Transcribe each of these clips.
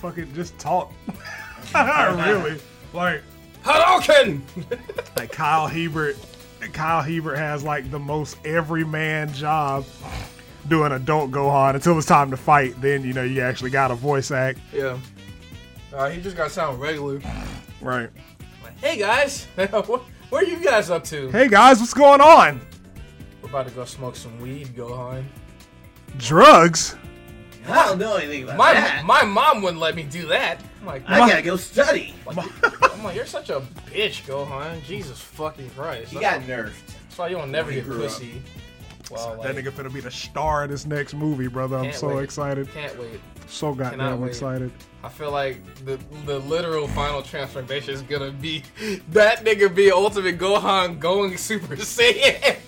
could just talk. really, like Hadouken! like Kyle Hebert. Kyle Hebert has like the most everyman job doing adult Gohan until it's time to fight. Then you know you actually got a voice act, yeah. Uh, he just got to sound regular. right? Like, hey guys, what, what are you guys up to? Hey guys, what's going on? We're about to go smoke some weed, Gohan. Drugs? I don't know anything about My that. my mom wouldn't let me do that. I'm like, I gotta go study. I'm like, you're such a bitch, Gohan. Jesus fucking Christ. He That's, got nerfed. that's why you don't never He get grew up. pussy. Well, That like, nigga finna be the star of this next movie, brother. I'm Can't so wait. excited, can't wait. so Cannot goddamn wait. excited. I feel like the the literal final transformation is gonna be that nigga be ultimate Gohan going Super Saiyan.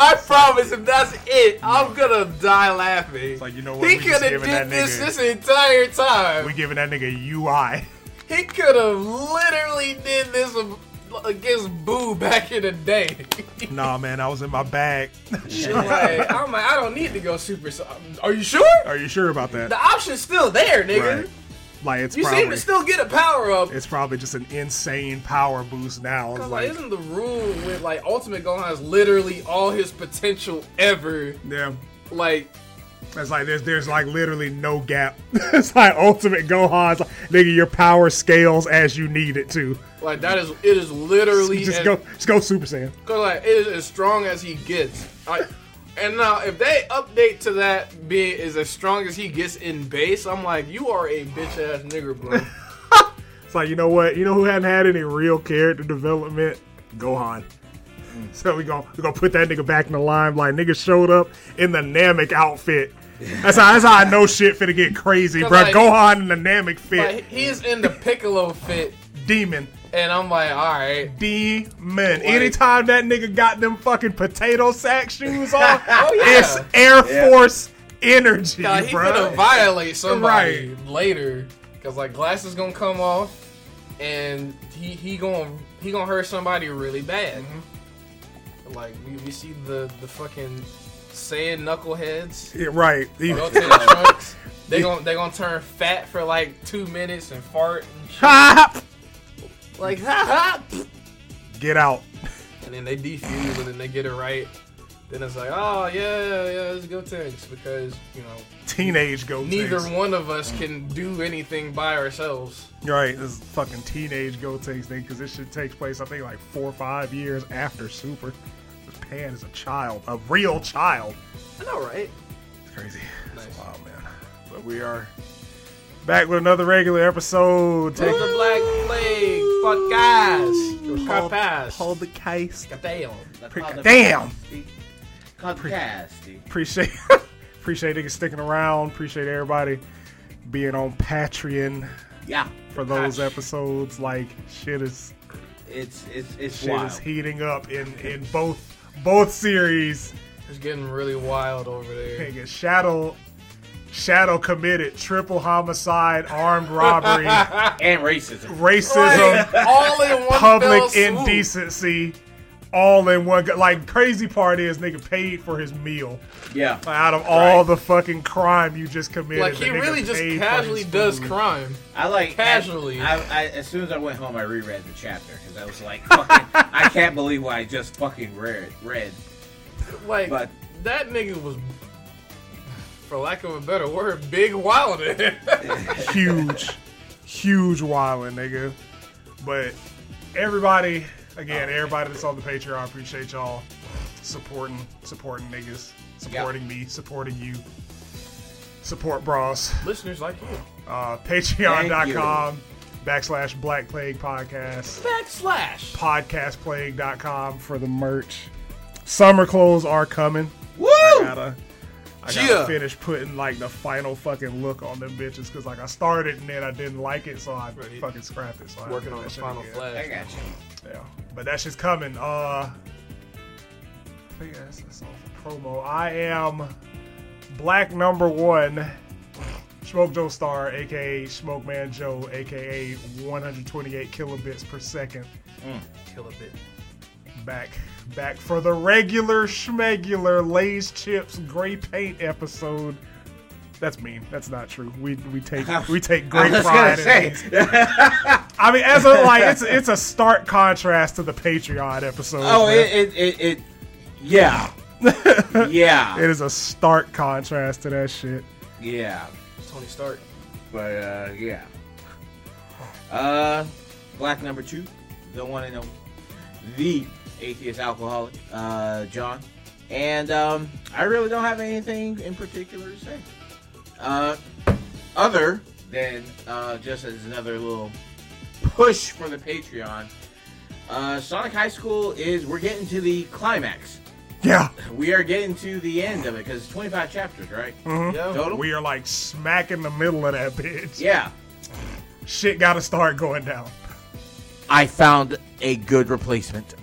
I promise, if that's it, I'm gonna die laughing. like, you know what, He we could just have did giving that this nigga- this entire time. We giving that nigga UI. He could have literally did this against Boo back in the day. nah, man, I was in my bag. like, I'm like, I don't need to go Super Saiyan. Are you sure? Are you sure about The that? option's still there, nigga. Right. Like it's You seem probably to still get a power up. it's probably just an insane power boost now. It's Cause like, like, isn't the rule with like Ultimate Gohan is literally all his potential ever? yeah. Like, It's like there's there's like literally no gap. it's like ultimate Gohan's like, nigga, your power scales as you need it to. like that is it is literally Just as- go just go Super Saiyan. Cause like it is as strong as he gets. Like, and now if they update to that being is as strong as he gets in base, I'm like, you are a bitch ass nigger, bro. It's like you know what? You know who hadn't had any real character development? Gohan. Mm. So we gonna we gonna put that nigga back in the line. Like nigga showed up in the Namek outfit. That's how that's how I know shit finna get crazy, bro. like- Gohan in the Namek fit, like, he is in the Piccolo fit, demon. and I'm like, all right. demon. Anytime that nigga got them fucking potato sack shoes on, Oh, yeah. it's Air Yeah. Force energy, Nah, he's gonna bro. violate somebody later, cause like glasses gonna come off, and he he gonna he gonna hurt somebody really bad. Like we, we see the the fucking Saiyan knuckleheads Yeah, right. He- go to the trunks. They gonna they gonna turn fat for like two minutes and fart and shit. Hop! like ha ha, Get out. and then they defuse and then they get it right. Then it's like oh yeah yeah it's good things because you know Teenage go neither one of us can do anything by ourselves. Right, this is fucking teenage go takes thing because this shit takes place, I think, like four or five years after Super. Pan is a child, a real child. I know, right? It's crazy. It's Nice. wild, man. But we are back with another regular episode. Take the black plague, fuck guys, Hold- cut pass, hold the case. damn. That's Pre- called the- Damn. Called Casty. appreciate appreciate niggas sticking around. Appreciate everybody being on Patreon Yeah, for those Gosh. episodes. Like shit is it's it's it's shit wild. is heating up in in both both series. It's getting really wild over there. Nigga, Shadow Shadow committed triple homicide, armed robbery, and racism. racism, all in one fell public swoop. indecency. All in one, go- like crazy part is nigga paid for his meal. Yeah, Like, out of all the fucking crime you just committed, Like he the nigga really just paid for casually his does food. crime. I like Casually. I, I, as soon as I went home, I reread the chapter because I was like, fucking, I can't believe what I just fucking read. Read. Like But- that nigga was, for lack of a better word, big wildin'. huge, huge wildin', nigga. But everybody, Oh. again, everybody that's on the Patreon, I appreciate y'all supporting, supporting niggas, supporting me, supporting you. Support bras. Listeners like you. Uh, Thank you. Patreon.com backslash Black Plague Podcast. Backslash. Podcastplague.com for the merch. Summer clothes are coming. Woo! I gotta, I gotta Yeah. finish putting like the final fucking look on them bitches because like I started and then I didn't like it, so I Right. fucking scrapped it. So I Working haven't on the done final that shit flash. I got you. again. Yeah, but that shit's coming. Uh, I think that's, that's all for promo. I am Black Number One. Smoke Joe Star, aka Smoke Man Joe, aka 128 kilobits per second Kill a bit. back back for the regular schmegular Lay's chips gray paint episode That's mean. That's not true. We we take was- we take I great was pride. gonna in say. these. I mean, as a like, it's it's a stark contrast to the Patreon episode. oh, it, it, it, it, yeah, yeah, it is a stark contrast to that shit. yeah. Tony Stark. But uh, yeah. Uh, black number two, the one and only, the atheist alcoholic, uh, John, and um, I really don't have anything in particular to say. Uh, other than uh, just as another little push for the Patreon. Uh, Sonic High School is we're getting to the climax. Yeah, We are getting to the end of it because it's 25 chapters, right? Yeah. Total. we are like smack in the middle of that bitch. Yeah. Shit got to start going down. I found a good replacement.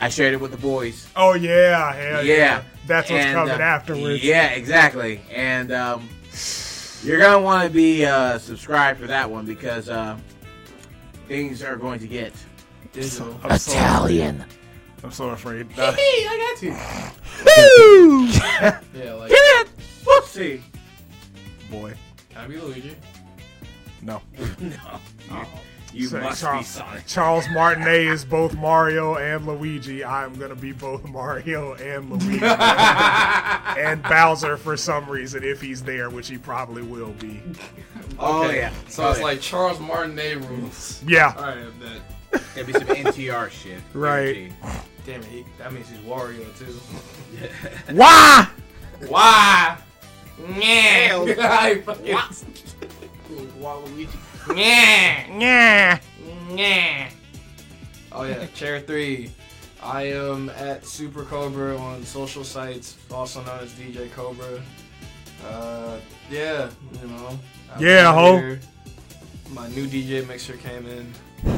I shared it with the boys. Oh yeah, hell yeah. yeah. That's what's And, coming uh, afterwards. Yeah, exactly. And um, you're going to want to be uh, subscribed for that one because uh, things are going to get. Digital. I'm so, Italian. I'm so afraid. Hey, I got you. Woo! Yeah, like Whoopsie. Boy, Abby Luigi. no. No. You, you Say, must be Charles, Sonic. Charles Martinet is both Mario and Luigi. I'm gonna be both Mario and Luigi and Bowser for some reason if he's there, which he probably will be. Oh, Okay. yeah. So oh, it's yeah. like Charles Martinet rules. Yeah, Alright, I'm dead. There'll be some NTR shit. Right. Guaranteed. Damn it, he, that means he's Wario too. why? Why? Yeah. I fucking- Waluigi. Yeah. Yeah. Yeah. Oh yeah, chair three. I am at Super Cobra on social sites, also known as DJ Cobra. Uh, yeah, you know. I've Yeah, been ho. here. My new DJ mixer came in,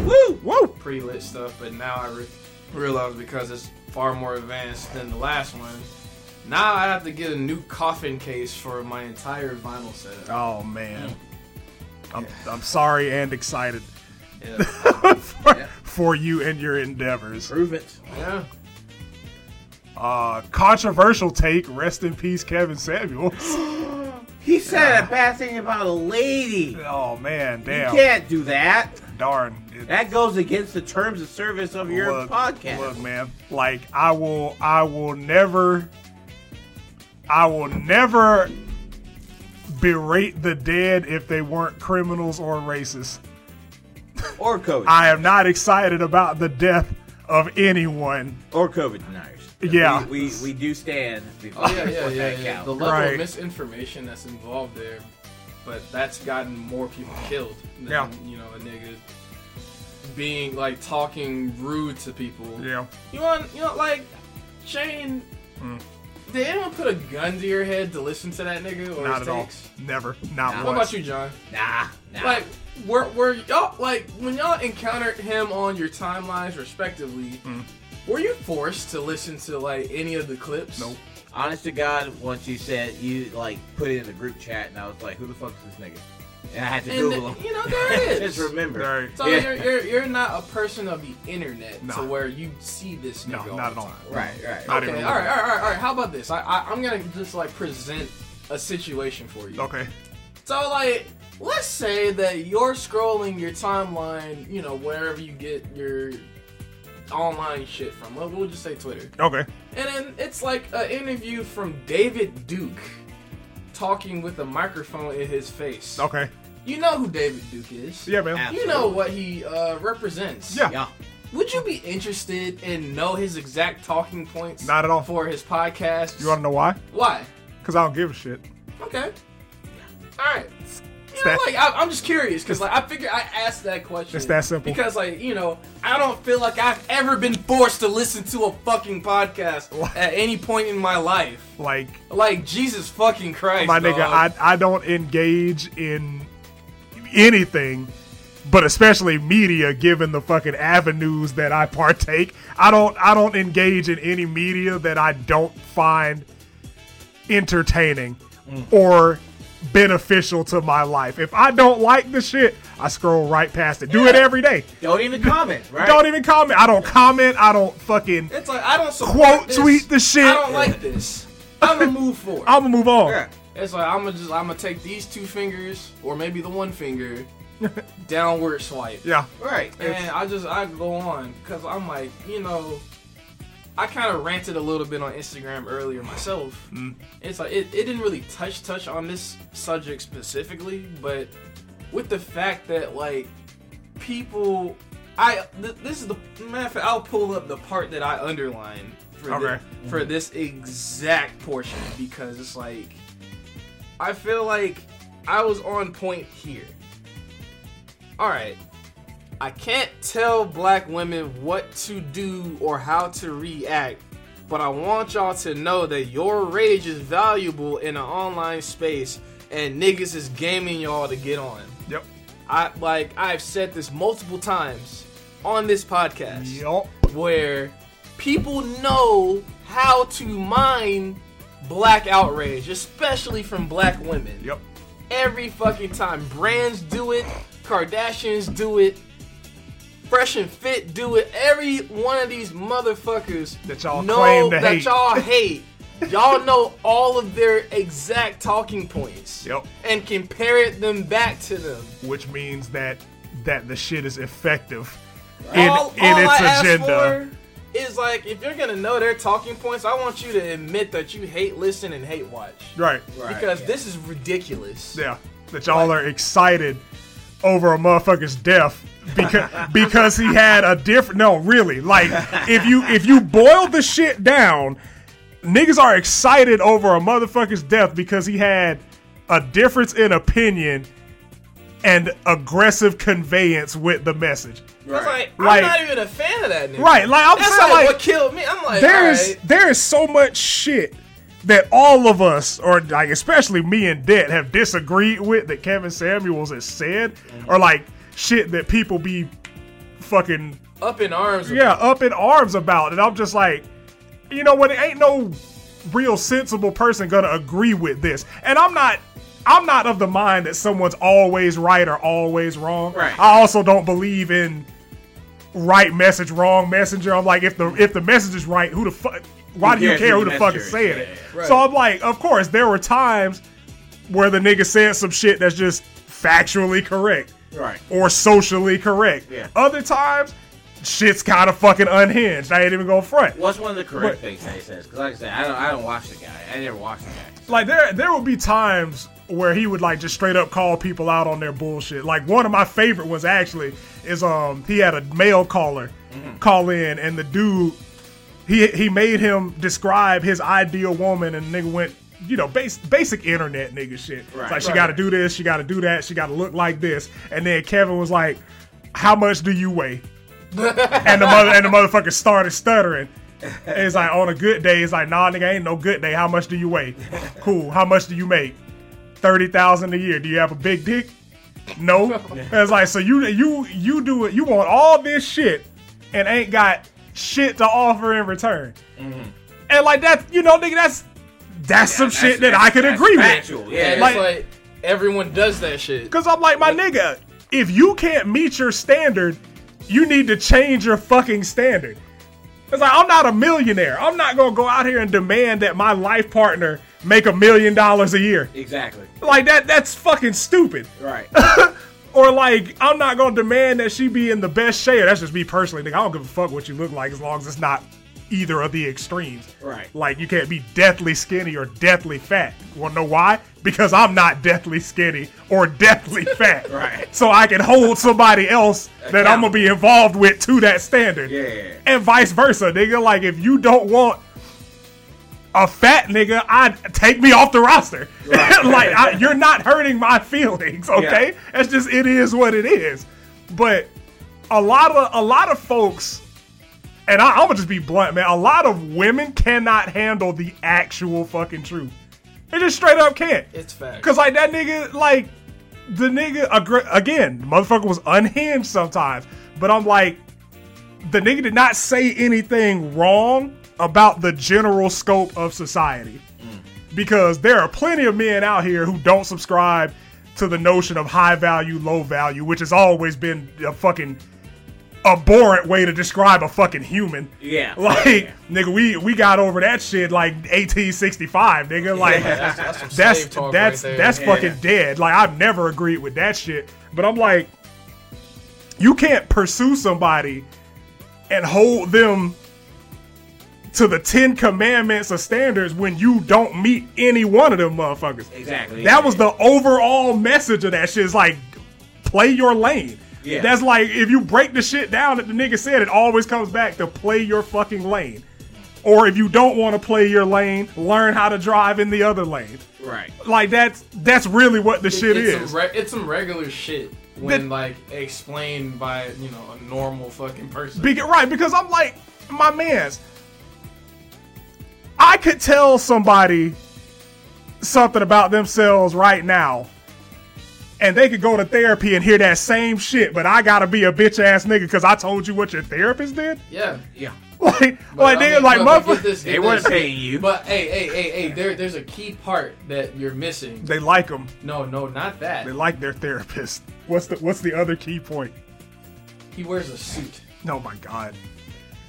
Woo, woo. pretty lit stuff, but now I re- realize because it's far more advanced than the last one. Now I have to get a new coffin case for my entire vinyl setup. Oh man, I'm I'm sorry and excited Yeah. for, Yeah. for you and your endeavors. Improvements. yeah. Uh, controversial take. Rest in peace, Kevin Samuels. He said a bad thing about a lady. Oh man, You damn, can't do that. darn. It- That goes against the terms of service of your look, podcast. Look, man, like I will, I will never, I will never berate the dead if they weren't criminals or racists. Or COVID. I am not excited about the death of anyone. or COVID deniers. Yeah. We, we, we do stand before, Oh yeah, yeah, before yeah, that yeah. count. The level Right. of misinformation that's involved there, but that's gotten more people killed than Yeah. you know a nigga being like talking rude to people. Yeah, You want you know like Shane? Mm. Did anyone put a gun to your head to listen to that nigga or not his at all. takes? Never, not Nah. What once. about you, John? Nah, nah. Like, were, were y'all like when y'all encountered him on your timelines respectively? Mm-hmm. Were you forced to listen to like any of the clips? Nope. Honest to God, once you said you like put it in the group chat, and I was like, "Who the fuck is this nigga?" And I had to And Google him. you know there it is. Just remember. Right. So Yeah. you're, you're you're not a person of the internet Nah. to where you see this No, nigga. not at the all. time. Right, right. Not Okay, even all right, all right, all right. How about this? I, I I'm gonna just like present a situation for you. Okay. So like, let's say that you're scrolling your timeline, you know, wherever you get your online shit from. We'll, we'll just say Twitter. Okay. And then it's like an interview from David Duke talking with a microphone in his face. Okay. You know who David Duke is. Yeah, man. Ass. You know what he uh, represents. Yeah. Yeah. Would you be interested in know his exact talking points? Not at all. For his podcast. You want to know why? Why? Because I don't give a shit. Okay. All right. You know, that- like I, I'm just curious because like I figure I asked that question. It's that simple. Because like you know I don't feel like I've ever been forced to listen to a fucking podcast at any point in my life. Like, Like Jesus fucking Christ, my nigga, dog. I, I don't engage in anything, but especially media, given the fucking avenues that I partake. I don't I don't engage in any media that I don't find entertaining or beneficial to my life. If I don't like the shit, I scroll right past it. Do it Yeah. every day. Don't even comment. Right. Don't even comment. I don't comment. I don't fucking. It's like I don't support Quote this. tweet the shit. I don't like this. I'm gonna move forward. I'm gonna move on. Yeah. If It's like I'm gonna just I'm gonna take these two fingers or maybe the one finger downward swipe. Yeah. Right. And I just I go on because I'm like you know, I kind of ranted a little bit on Instagram earlier myself. Mm. It's like it, it didn't really touch touch on this subject specifically, but with the fact that like people, I th- this is the matter of fact I'll pull up the part that I underlined for thi- Okay. for this exact portion because it's like I feel like I was on point here. All right. I can't tell black women what to do or how to react, but I want y'all to know that your rage is valuable in an online space and niggas is gaming y'all to get on. Yep. I like I've said this multiple times on this podcast Yup. where people know how to mine black outrage, especially from black women. Yep. Every fucking time. Brands do it, Kardashians do it, Fresh and Fit do it. Every one of these motherfuckers That y'all know claim to that hate. y'all hate. y'all know all of their exact talking points. Yep. And can parrot them back to them. Which means that that the shit is effective in, all, in all its I ask agenda. for is like if you're gonna know their talking points, I want you to admit that you hate listen and hate watch Right. Right, because yeah. this is ridiculous. Yeah. That y'all are excited over a motherfucker's death because because he had a different no, really. Like if you if you boil the shit down, niggas are excited over a motherfucker's death because he had a difference in opinion and aggressive conveyance with the message. I was like, I'm Right. not even a fan of that nigga. Right, like, I'm That's saying, not like, what killed me. I'm like, there is alright. there is so much shit that all of us, or like especially me and Det, have disagreed with that Kevin Samuels has said, or like shit that people be fucking up in arms. yeah up in arms about, and I'm just like, you know what? Ain't no real sensible person gonna agree with this, and I'm not. I'm not of the mind that someone's always right or always wrong. Right. I also don't believe in right message, wrong messenger. I'm like, if the if the message is right, who the fuck? Why Who do you cares care who who the the fuck is messenger is? saying it? Yeah, yeah, yeah. So Right. I'm like, of course, there were times where the nigga said some shit that's just factually correct Right. or socially correct. Yeah. Other times, shit's kind of fucking unhinged. I ain't even gonna front. What's one of the correct But- things that he says? Because like I said, I don't, I don't watch the guy. I never watched the guy. Like there, there would be times where he would like just straight up call people out on their bullshit. Like one of my favorite ones actually is um he had a mail caller Mm-hmm. call in and the dude he he made him describe his ideal woman and nigga went you know base, basic internet nigga shit. It's Right. like she Right. got to do this, she got to do that, she got to look like this. And then Kevin was like, "How much do you weigh?" and the mother and the motherfucker started stuttering. And it's like on a good day, it's like, nah, nigga, ain't no good day. How much do you weigh? Cool. How much do you make? Thirty thousand a year. Do you have a big dick? No. And it's like, so you you you do it. You want all this shit and ain't got shit to offer in return. And like that, you know, nigga, that's that's some Mm-hmm. That's- shit that that's- I could that's agree with. factual. And Yeah. it's Like- like, everyone does that shit. Cause I'm like, my nigga, if you can't meet your standard, you need to change your fucking standard. It's like I'm not a millionaire. I'm not gonna go out here and demand that my life partner make a million dollars a year. exactly. Like that that's fucking stupid. Right. Or like I'm not gonna demand that she be in the best shape. That's just me personally, nigga. I don't give a fuck what you look like as long as it's not either of the extremes. Right. Like you can't be deathly skinny or deathly fat. Wanna know why? Because I'm not deathly skinny or deathly fat. Right. So I can hold somebody else that I'm gonna be involved with to that standard. Yeah. And vice versa, nigga. Like if you don't want a fat nigga, I take me off the roster. Right. like I, you're not hurting my feelings, okay? Yeah. That's just it is what it is. But a lot of a lot of folks, and I, I'm gonna just be blunt, man. A lot of women cannot handle the actual fucking truth. They just straight up can't. It's fact. Cause like that nigga, like the nigga aggr- again, motherfucker was unhinged sometimes. But I'm like, the nigga did not say anything wrong about the general scope of society, Mm. because there are plenty of men out here who don't subscribe to the notion of high value, low value, which has always been a fucking abhorrent way to describe a fucking human. Yeah. Like, Yeah. nigga, we we got over that shit like 1865, nigga. Like, that's, that's some that's slave talk that's right there. that's Yeah. fucking dead. Like I've never agreed with that shit. But I'm like, you can't pursue somebody and hold them to the Ten Commandments of standards when you don't meet any one of them motherfuckers. Exactly. That was the overall message of that shit. It's like, play your lane. Yeah. That's like if you break the shit down that the nigga said, it always comes back to play your fucking lane. Or if you don't want to play your lane, learn how to drive in the other lane. right. Like that's that's really what the shit it's is. Some re- it's some regular shit when That- like explained by you know a normal fucking person. Be- right, because I'm like, my man's. I could tell somebody something about themselves right now, and they could go to therapy and hear that same shit, but I gotta be a bitch ass nigga because I told you what your therapist did? yeah. Yeah. Like, But, like, I they, mean, like, look, motherfucker. get this, get They weren't this. paying you. But hey, hey, hey, hey, there, there's a key part that you're missing. They like them. No, no, not that. They like their therapist. What's the What's the other key point? He wears a suit. Oh my god.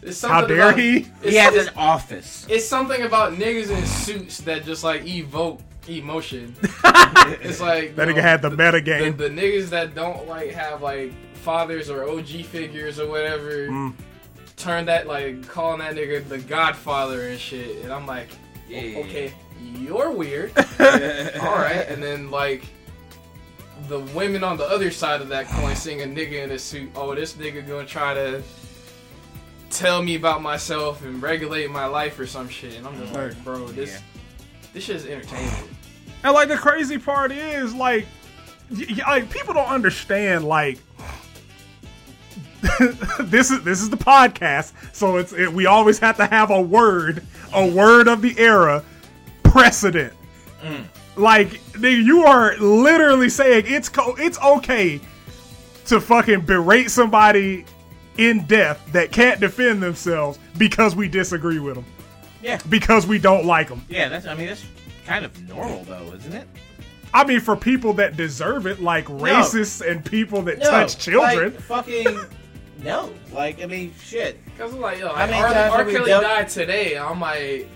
It's How something dare about- he? It's, he has it's, an office. it's something about niggas in suits that just like evoke emotion. it's like That you nigga know, had the meta the, game. the niggas that don't like have like fathers or OG figures or whatever Mm. turn that like calling that nigga the Godfather and shit, and I'm like, Yeah. okay, you're weird, all right, and then like. The women on the other side of that coin seeing a nigga in a suit. Oh, this nigga gonna try to tell me about myself and regulate my life or some shit. And I'm just like, bro, this Yeah. this shit is entertainment. And like the crazy part is like, y- y- like people don't understand like. this is this is the podcast, so it's it, we always have to have a word, a word of the era, precedent. Like nigga, you are literally saying it's co- it's okay to fucking berate somebody in death that can't defend themselves because we disagree with them, Yeah. because we don't like them. Yeah. That's. I mean, that's kind of normal though, isn't it? I mean, for people that deserve it, like racists and people that touch children. Like, fucking. no. Like I mean, shit. Cause I'm like, yo, How like, many R. times R. have we Kelly dealt- died today. I'm like,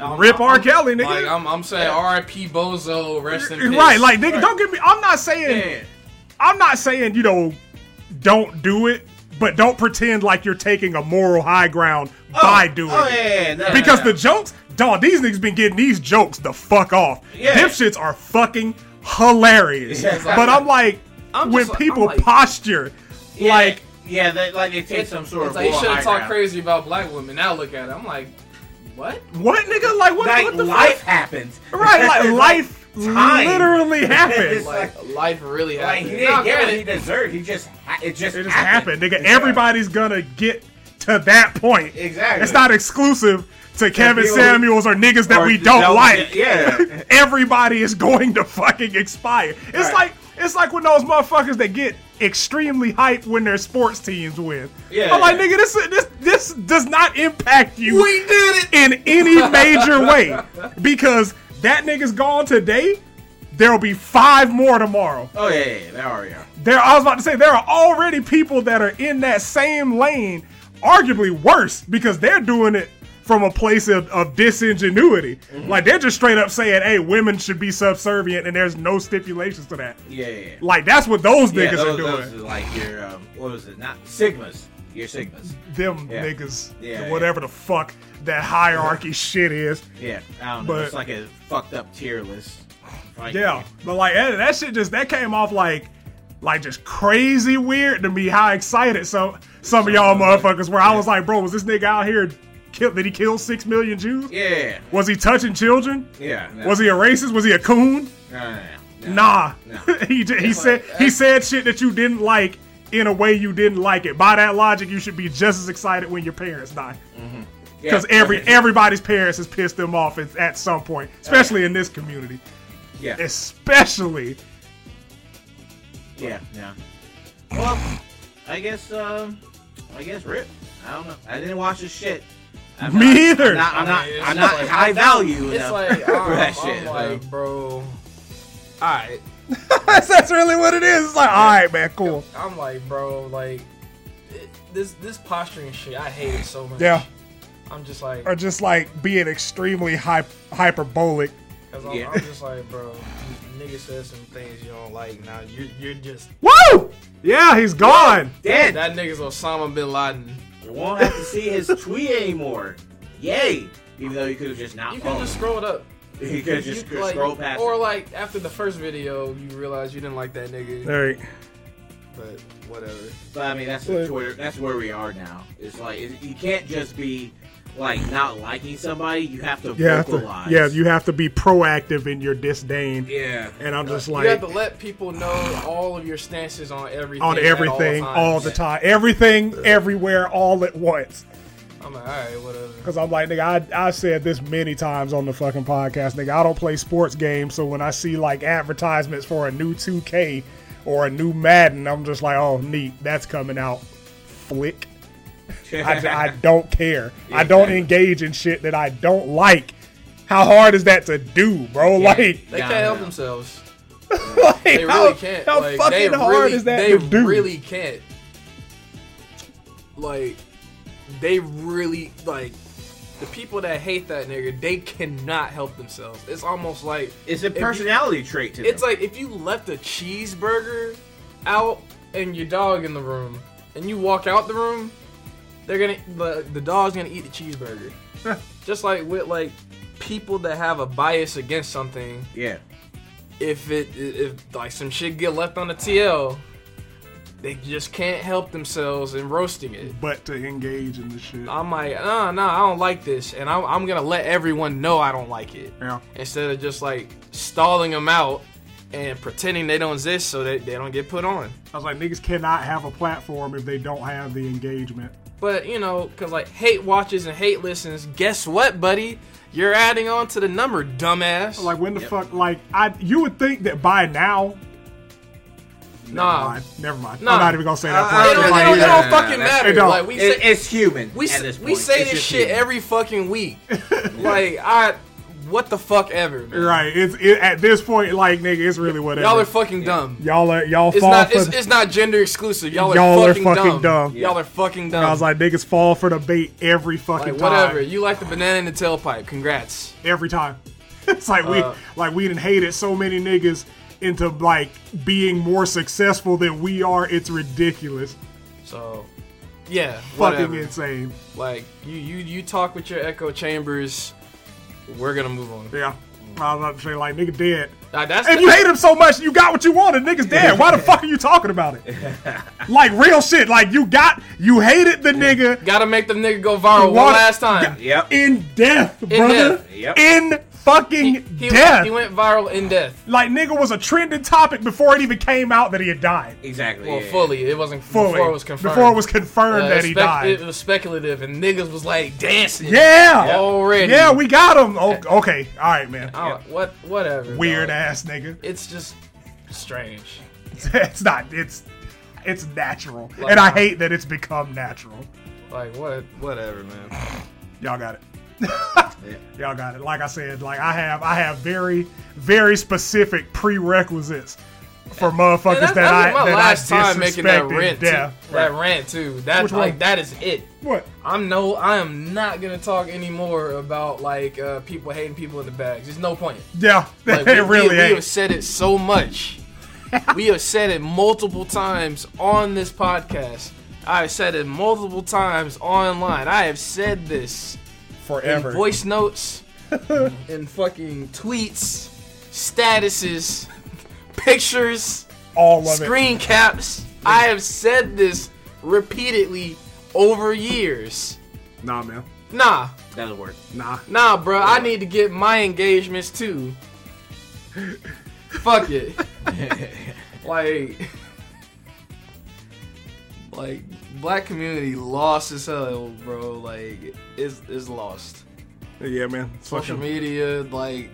I'm, Rip I'm- R. Kelly, nigga. Like, I'm, I'm saying R.I.P. Bozo, rest in peace. right, like nigga, Right. don't get me. I'm not saying. Yeah. I'm not saying you know, don't do it, but don't pretend like you're taking a moral high ground by doing Oh it. yeah. yeah, yeah, no, no, Because the no. jokes, dog, these niggas been getting these jokes the fuck off. Yeah. Them shits are fucking hilarious. Yeah, exactly. But I'm like, I'm when just like- people I'm like- posture, Yeah, like Yeah. They, like they take some sort It's of. like, you moral should high have talked ground. crazy about black women. Now look at it. I'm like, what? what, nigga? Like what? Like what the life fuck? happens. Right, like life time. literally happened. It's Like, like- life really Like he happened. didn't Nah, get what granted, he deserved. He just. Ha- it just. It just happened, nigga. Everybody's gonna get to that point. Exactly. It's not exclusive to Kevin people- Samuels or niggas that Or we don't that we- like. yeah. Everybody is going to fucking expire. It's Right. like it's like when those motherfuckers that get extremely hyped when their sports teams win. Yeah, I'm like, yeah. nigga, this this this does not impact you We did it. in any major way because that nigga's gone today. There'll be five more tomorrow. Oh yeah, yeah, yeah. There are. Yeah. There, I was about to say there are already people that are in that same lane, arguably worse because they're doing it from a place of, of disingenuity. Mm-hmm. Like they're just straight up saying, "Hey, women should be subservient," and there's no stipulations to that. Yeah. yeah, yeah. Like that's what those Yeah, niggas those, are doing. those are like your um, what was it? Not sigmas. Your sigmas. Them Yeah. niggas, Yeah, whatever the fuck that hierarchy shit is. Yeah, I don't know. But- it's like a fucked up tier list. Like, Yeah, but like that, that shit just that came off like like just crazy weird to me how excited some some of y'all motherfuckers were. I was like, bro, was this nigga out here? Kill, did he kill six million Jews? Yeah. Was he touching children? Yeah. no, Was he a racist? Was he a coon? No, no, no, no. Nah. No. he j- he It's said like- uh, he said shit that you didn't like in a way you didn't like it. By that logic, you should be just as excited when your parents die. Yeah. Because every everybody's parents has pissed them off at, at some point, especially in this community. Yeah. Especially Yeah. No. Well, I guess. Um. I guess rip. I don't know. I didn't watch this shit. I'm Me not, either. I'm not. I'm not, I mean, it's I'm not like- high value It's enough like, for I'm, that I'm shit. like, so. bro. Alright. that's that's really what it is. It's like, all right, man, cool. I'm like, bro, like, it- this this posturing shit, I hate it so much. Yeah. I'm just like, Or just like being extremely hype, hyperbolic. cause I'm, Yeah. I'm just like, bro, nigga says some things you don't like. Now you're you're just Woo! Yeah, he's gone. Dead. that nigga's Osama bin Laden. You won't have to see his tweet anymore. Yay! Even though you could have just not You can followed. just scroll it up. you could just You, like, scroll past. Or it. like after the first video, you realize you didn't like that nigga. All right. But whatever. But I mean, that's the Twitter. That's where we are now. It's like it, you can't just be like not liking somebody. You have to Yeah, have to- vocalize. yeah, you have to be proactive in your disdain. Yeah. And I'm just you have like to let people know all of your stances on everything. on at everything all, all the time, everything, everywhere, all at once. I'm like, all right, whatever. Because I'm like, nigga, I, I said this many times on the fucking podcast, nigga. I don't play sports games, so when I see like advertisements for a new 2K or a new Madden, I'm just like, oh, neat, that's coming out. Flick. I, I don't care. I don't engage in shit that I don't like. How hard is that to do, bro? Like, They Nah, can't help nah. themselves. like They really how, can't. how like, fucking they hard really, is that They to do? really can't. Like, they really like the people that hate that nigga. They cannot help themselves. It's almost like It's a if you- personality trait to It's them. like if you left a cheeseburger out and your dog in the room, and you walk out the room, they're gonna the, the dog's gonna eat the cheeseburger. Just like with like people that have a bias against something, yeah. if it if like some shit get left on the TL, they just can't help themselves in roasting it. But to engage in the shit. I'm like, nah, nah, I don't like this, and I'm, I'm gonna let everyone know I don't like it Yeah. instead of just like stalling them out and pretending they don't exist so that they don't get put on. I was like, niggas cannot have a platform if they don't have the engagement. But you know, because like hate watches and hate listens, guess what, buddy? You're adding on to the number, dumbass. Like when the fuck, like I, you would think that by now, nah, Fine, never mind. Nah. Uh, I'm not even gonna say that. I- part. they don't, they Like, don't- they yeah. don't Nah, fucking that's- matter. It don't. Like we It- say, it's human. we at say, this we point. say It's this just shit human. every fucking week. like I, what the fuck ever, man. right. It's it, at this point, like nigga, it's really whatever. Y'all are fucking dumb. y'all are y'all It's fall not. for. It's, it's not gender exclusive. Y'all are Y'all are fucking, fucking dumb. dumb. Y'all are fucking dumb. I was like, niggas fall for the bait every fucking Like, time. whatever. You like the banana in the tailpipe. Congrats. Every time. It's like Uh, we like we done hated so many niggas into like being more successful than we are. It's ridiculous. So, yeah, Fucking whatever. insane. Like you, you, you talk with your echo chambers. We're gonna move on. Yeah. I was about to say like nigga dead. Now, that's And you hate him so much, you got what you wanted. Niggas dead. Why the fuck are you talking about it? Like real shit. Like you got you hated the nigga Gotta make the nigga go viral one What- last time. Yep. in death, brother. death. Yep. In fucking He, death. he went viral in death. like nigga was a trending topic before it even came out that he had died. exactly. Well, yeah. fully. It wasn't Fully. before it was confirmed. Before it was confirmed Uh, that he spec- died. It was speculative, and niggas was like dancing. yeah. Already. Yeah, we got him. Oh, okay. All right, man. I don't- what? Whatever. Weird dog. ass nigga. It's just strange. It's not. It's it's natural, and I hate that it's become natural. Like what? Whatever, man. Y'all got it. Y'all got it. Like I said, like I have, I have very, very specific prerequisites for motherfuckers That's, that I my that last I time making that disrespected rant. death. Too, that rant too. That's Which one? like that is it. What? I'm no. I am not gonna talk anymore about like uh, people hating people in the bags. There's no point. Yeah, Like, it really we, we have ain't. said it so much. we have said it multiple times on this podcast. I have said it multiple times online. I have said this Forever. in voice notes, in fucking tweets, statuses, pictures, All of it. screen caps. I have said this repeatedly over years. Nah, man. Nah, That'll work. Nah. nah, bro. I need to get my engagements too. Fuck it. Oh, like, like black community lost as hell, bro. Like, it's it's lost. Yeah, man. It's Social fucking- media, like,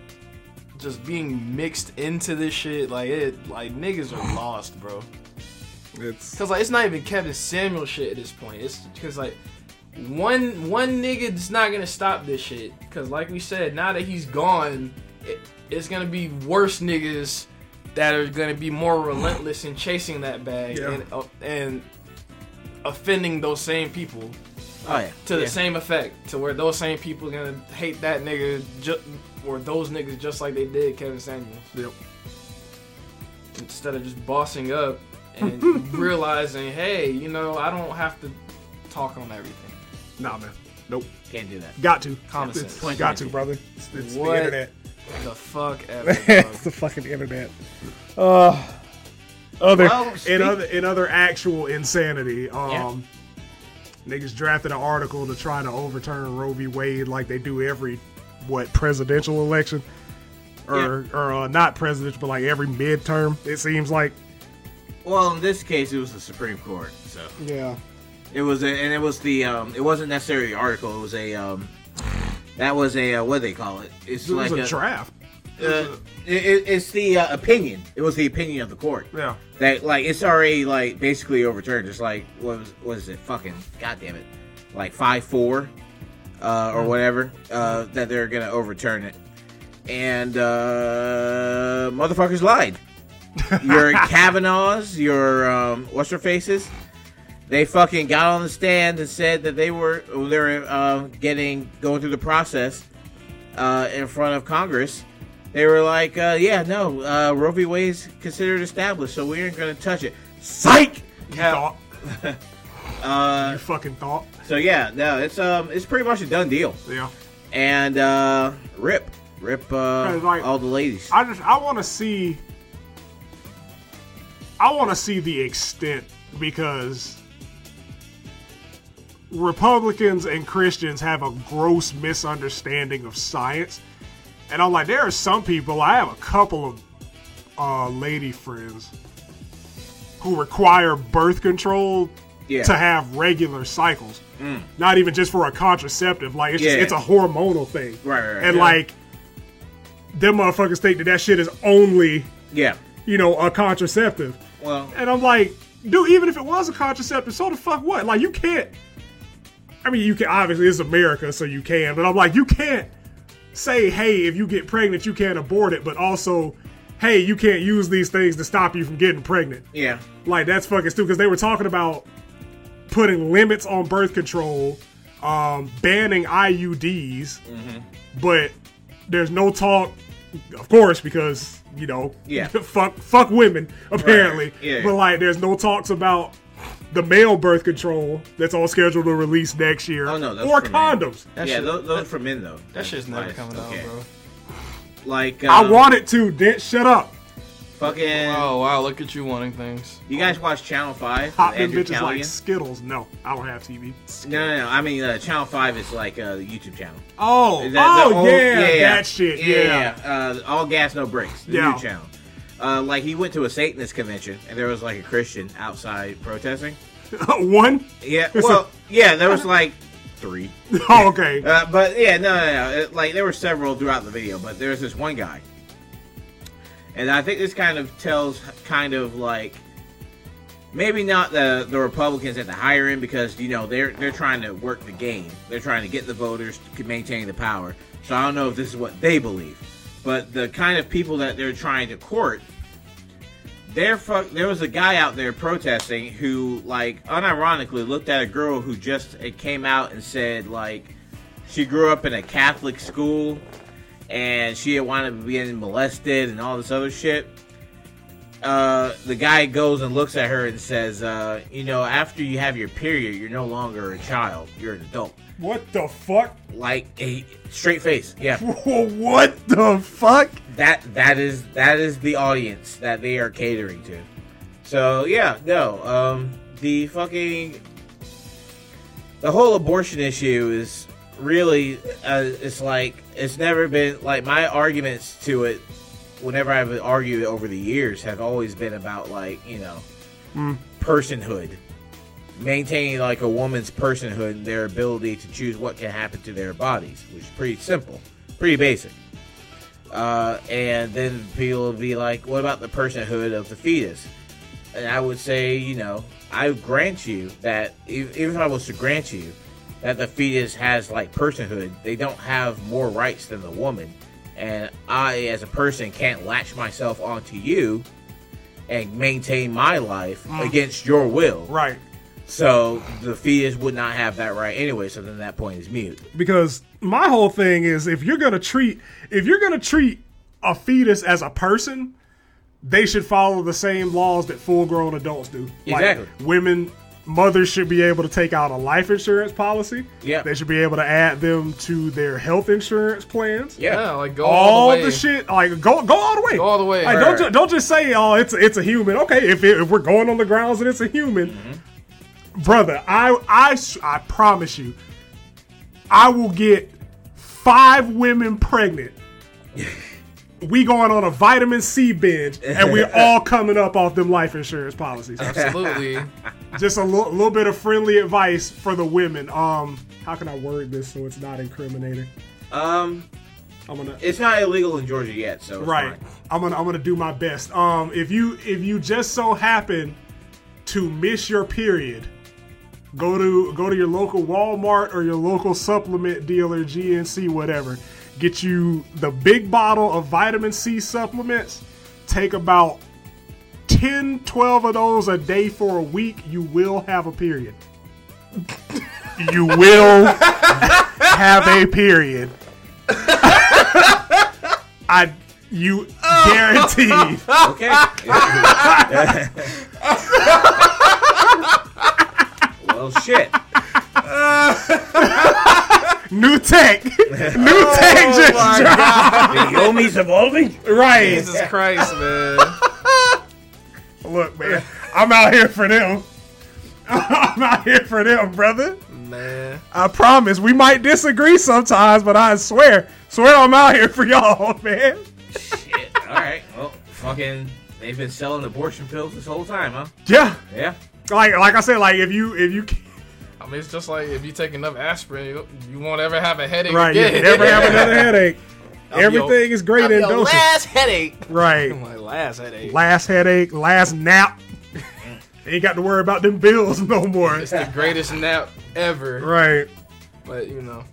just being mixed into this shit. Like it, like niggas are lost, bro. It's Cause like it's not even Kevin Samuel shit at this point. It's cause like one one nigga is not gonna stop this shit. Cause like we said, now that he's gone, it, it's gonna be worse niggas that are gonna be more relentless in chasing that bag. Yeah. And uh, and offending those same people Oh yeah. to yeah. the same effect, to where those same people gonna hate that nigga ju- or those niggas just like they did Kevin Samuels. Yep. Instead of just bossing up and realizing, hey, you know, I don't have to talk on everything. Nah, man. Nope. Can't do that. Got to. Common It's- sense. Got to, brother. It's, it's the What? internet. The fuck ever. bro. Um, it's the fucking internet. Uh, other Well, in speak- other in other actual insanity. Um, niggas drafted an article to try to overturn Roe v. Wade like they do every what presidential election, or or uh, not presidential, but like every midterm. It seems like. Well, in this case, it was the Supreme Court, so Yeah. it was, a, and it was the, um, it wasn't necessarily an article. It was a, um, that was a, uh, what do they call it? It's It like was a draft. uh, it, it- it's the uh, opinion. It was the opinion of the court. Yeah. That like it's already like basically overturned. It's like what was what is it? Fucking goddamn it, like five four, uh, or whatever. Uh, that they're gonna overturn it, and uh, motherfuckers lied. Your Kavanaugh's, your um, what's your faces? They fucking got on the stand and said that they were they were uh, getting going through the process uh, in front of Congress, they were like, uh, "Yeah, no, uh, Roe v. Wade is considered established, so we aren't going to touch it." Psych. Thought. Uh, You fucking thought. so yeah, no, it's um, it's pretty much a done deal. Yeah. And uh, rip, rip, uh, Right, like- all the ladies. I just I want to see. I want to see the extent because Republicans and Christians have a gross misunderstanding of science, and I'm like, there are some people. I have a couple of uh, lady friends who require birth control Yeah. Mm. to have regular cycles, not even just for a contraceptive. Like it's just, Yeah. it's a hormonal thing, Right, right, right. and Yeah. like them motherfuckers think that that shit is only, yeah. you know, a contraceptive. Well, And I'm like, dude, even if it was a contraceptive, so the fuck what? Like, you can't. I mean, you can obviously it's America, so you can. But I'm like, you can't say, hey, if you get pregnant, you can't abort it. But also, hey, you can't use these things to stop you from getting pregnant. yeah, Like that's fucking stupid because they were talking about putting limits on birth control, um, banning IUDs, Mm-hmm. but there's no talk, of course, because you know, Yeah. fuck, fuck women apparently. Yeah. But like, there's no talks about the male birth control that's on schedule to release next year, Oh, no, that's or for men. condoms. That yeah. shit- Those, those for men though. That shit's never Like, coming okay. out, bro. Like, I um, wanted to, Dent. Shut up. fucking. Oh wow, look at you wanting things. You guys watch Channel Five? Pop them Andrew bitches like Callion? Skittles. No, I don't have TV. No, no, no. I mean, uh, Channel Five is like a YouTube channel. Oh, The- the oh old- yeah, that shit. yeah. yeah. Uh, all gas, no brakes. The Yeah. new channel. Uh, like he went to a Satanist convention and there was like a Christian outside protesting. One? Yeah, well, yeah, there was like three. Oh, okay. Uh, but yeah, no, no, no. It, like there were several throughout the video, but there's this one guy, and I think this kind of tells kind of like maybe not the the Republicans at the higher end because you know they're they're trying to work the game, they're trying to get the voters to maintain the power. So I don't know if this is what they believe, but the kind of people that they're trying to court. There, fuck, there was a guy out there protesting who, like, unironically looked at a girl who just it came out and said, like, she grew up in a Catholic school and she had wound up being molested and all this other shit. Uh, the guy goes and looks at her and says, uh, You know, after you have your period, you're no longer a child, you're an adult. What the fuck? Like a straight face, yeah. What the fuck? That that is that is the audience that they are catering to. So yeah, no. Um, the fucking the whole abortion issue is really uh, it's like it's never been like my arguments to it. Whenever I've argued over the years, have always been about like you know personhood, maintaining like a woman's personhood and their ability to choose what can happen to their bodies, which is pretty simple, pretty basic. Uh, and then people will be like, what about the personhood of the fetus? And I would say, you know, I grant you that, if, even if I was to grant you that the fetus has like personhood, they don't have more rights than the woman. And I, as a person, can't latch myself onto you and maintain my life against your will. Right. So the fetus would not have that right anyway. So then that point is mute. because my whole thing is if you're gonna treat if you're gonna treat a fetus as a person, they should follow the same laws that full grown adults do. Exactly. Like women mothers should be able to take out a life insurance policy. Yeah. They should be able to add them to their health insurance plans. Yeah. Yeah, like go all, All the way. the shit, like go go all the way, Go all the way. Like, don't Right. ju- don't just say, oh, it's it's a human. Okay, if, it, if we're going on the grounds and it's a human, brother, I I s- I promise you, I will get five women pregnant. we going on a vitamin C binge, and we're all coming up off them life insurance policies. Absolutely. Just a lo- little bit of friendly advice for the women. Um, how can I word this so it's not incriminating? Um, I'm gonna it's not illegal in Georgia yet. So it's right. fine. I'm gonna I'm gonna do my best. Um, if you if you just so happen to miss your period, go to go to your local Walmart or your local supplement dealer, GNC, whatever. Get you the big bottle of vitamin C supplements. Take about 10, 12 of those a day for a week. You will have a period. you will have a period. I you guaranteed. Okay. well, shit. New tech. New tech just dropped. The Yomi's evolving. Right. Jesus Christ, man. Look, man. I'm out here for them. I'm out here for them, brother. Man. I promise. We might disagree sometimes, but I swear, swear I'm out here for y'all, man. Shit. All right. Well, fucking. They've been selling abortion pills this whole time, huh? Yeah. Yeah. Like like I said, like if you if you can't- I mean, it's just like if you take enough aspirin, you, you won't ever have a headache right, you again. never have another headache. Everything is great in Your doses. last headache. Right. My last headache. Last headache, last nap. Ain't got to worry about them bills no more. It's the greatest nap ever. Right. But you know,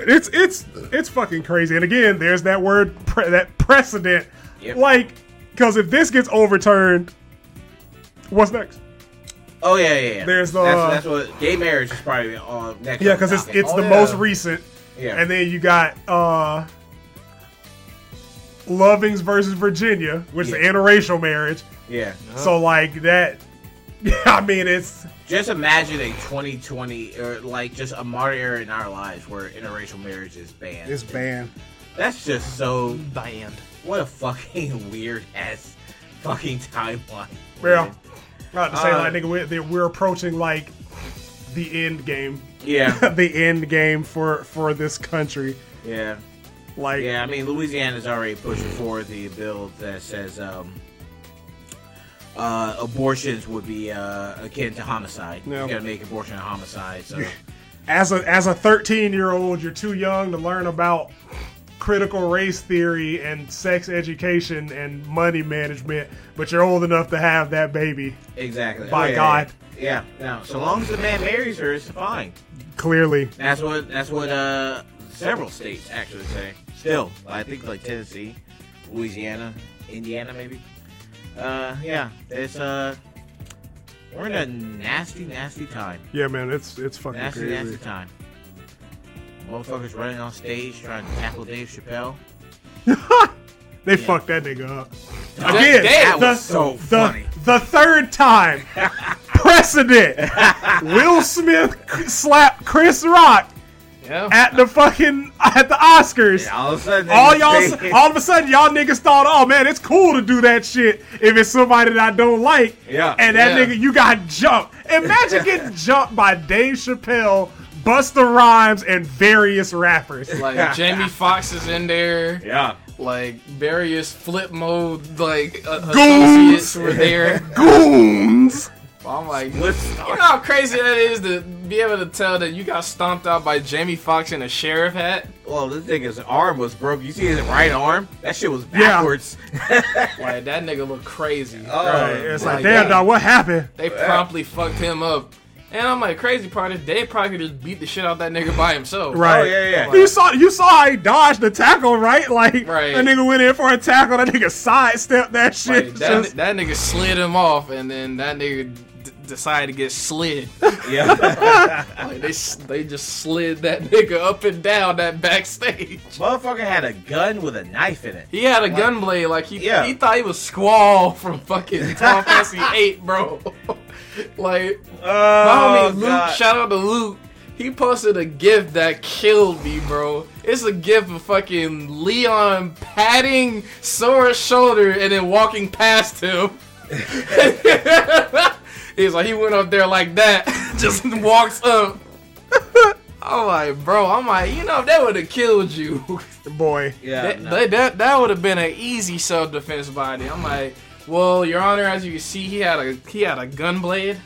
It's it's it's fucking crazy. And again, there's that word pre- that precedent. Yep. Like, because if this gets overturned, what's next? Oh yeah, yeah. yeah. There's, uh, that's, that's what gay marriage is probably on next. Yeah, because it's topic. it's Oh, the yeah. most recent. yeah. And then you got uh Lovings versus Virginia, which Yeah. Uh-huh. is an interracial marriage. yeah. So like that. I mean, it's Just imagine a 2020 or like just a modern era in our lives where interracial marriage is banned. banned. That's just so. banned. What a fucking weird ass fucking timeline. Yeah. Not to say Uh, like nigga, we're, that we're approaching like the end game, Yeah. the end game for for this country. Yeah. Like, Yeah, I mean, Louisiana's already pushing forward the bill that says um, uh, abortions would be uh, akin to homicide. Yeah. You gotta make abortion a homicide. So, as a as a 13 year old you're too young to learn about critical race theory and sex education and money management but you're old enough to have that baby exactly. By yeah, God. Yeah. yeah. Now, so long as the man marries her, it's fine. clearly That's what that's what uh, several states actually say. Still, I think like Tennessee, Louisiana, Indiana, maybe. Uh, yeah, it's uh, we're in a nasty, nasty time. yeah man it's it's fucking Nasty, crazy nasty time. Motherfuckers running on stage trying to tackle Dave Chappelle. they fucked that nigga up That- again that the, was so the, funny. the third time precedent will smith slapped chris rock Yeah. at the fucking at the oscars And all of a sudden, all they y'all say- all of a sudden y'all niggas thought oh man it's cool to do that shit if it's somebody that i don't like Yeah. and that Yeah. nigga you got jumped imagine getting jumped by dave chappelle busta rhymes and various rappers Like Jamie Foxx is in there. yeah, Like various flip mode like uh, Goons. associates were there. goons I'm like, you let's know how crazy that is to be able to tell that you got stomped out by Jamie Foxx in a sheriff hat. Well, this nigga's arm was broke. You see his right arm? That shit was backwards. Like that nigga look crazy. Oh, Right, it's my like damn God. dog what happened They promptly fucked him up. And I'm like, crazy part is they probably could just beat the shit out that nigga by himself. Right. Oh yeah, yeah. you saw you saw how he dodged the tackle, right? Like Right. that nigga went in for a tackle, that nigga sidestepped that shit. Like, that, Just- that nigga slid him off, and then that nigga d- decided to get slid. Yeah. Like they s- they just slid that nigga up and down that backstage. Motherfucker had a gun with a knife in it. He had a gun blade, like he Yeah. he thought he was Squall from fucking Tom Fancy Eight, bro. like my Oh, homie Luke, God. shout out to Luke. He posted a gif that killed me, bro. It's a gif of fucking Leon patting Sora's shoulder and then walking past him. He's like, he went up there like that, just walks up. I'm like, bro, I'm like, you know, that would have killed you. Boy. Yeah. That, no. that, that, that would have been an easy self defense body. I'm like, well, Your Honor, as you can see, he had a he had a gun blade.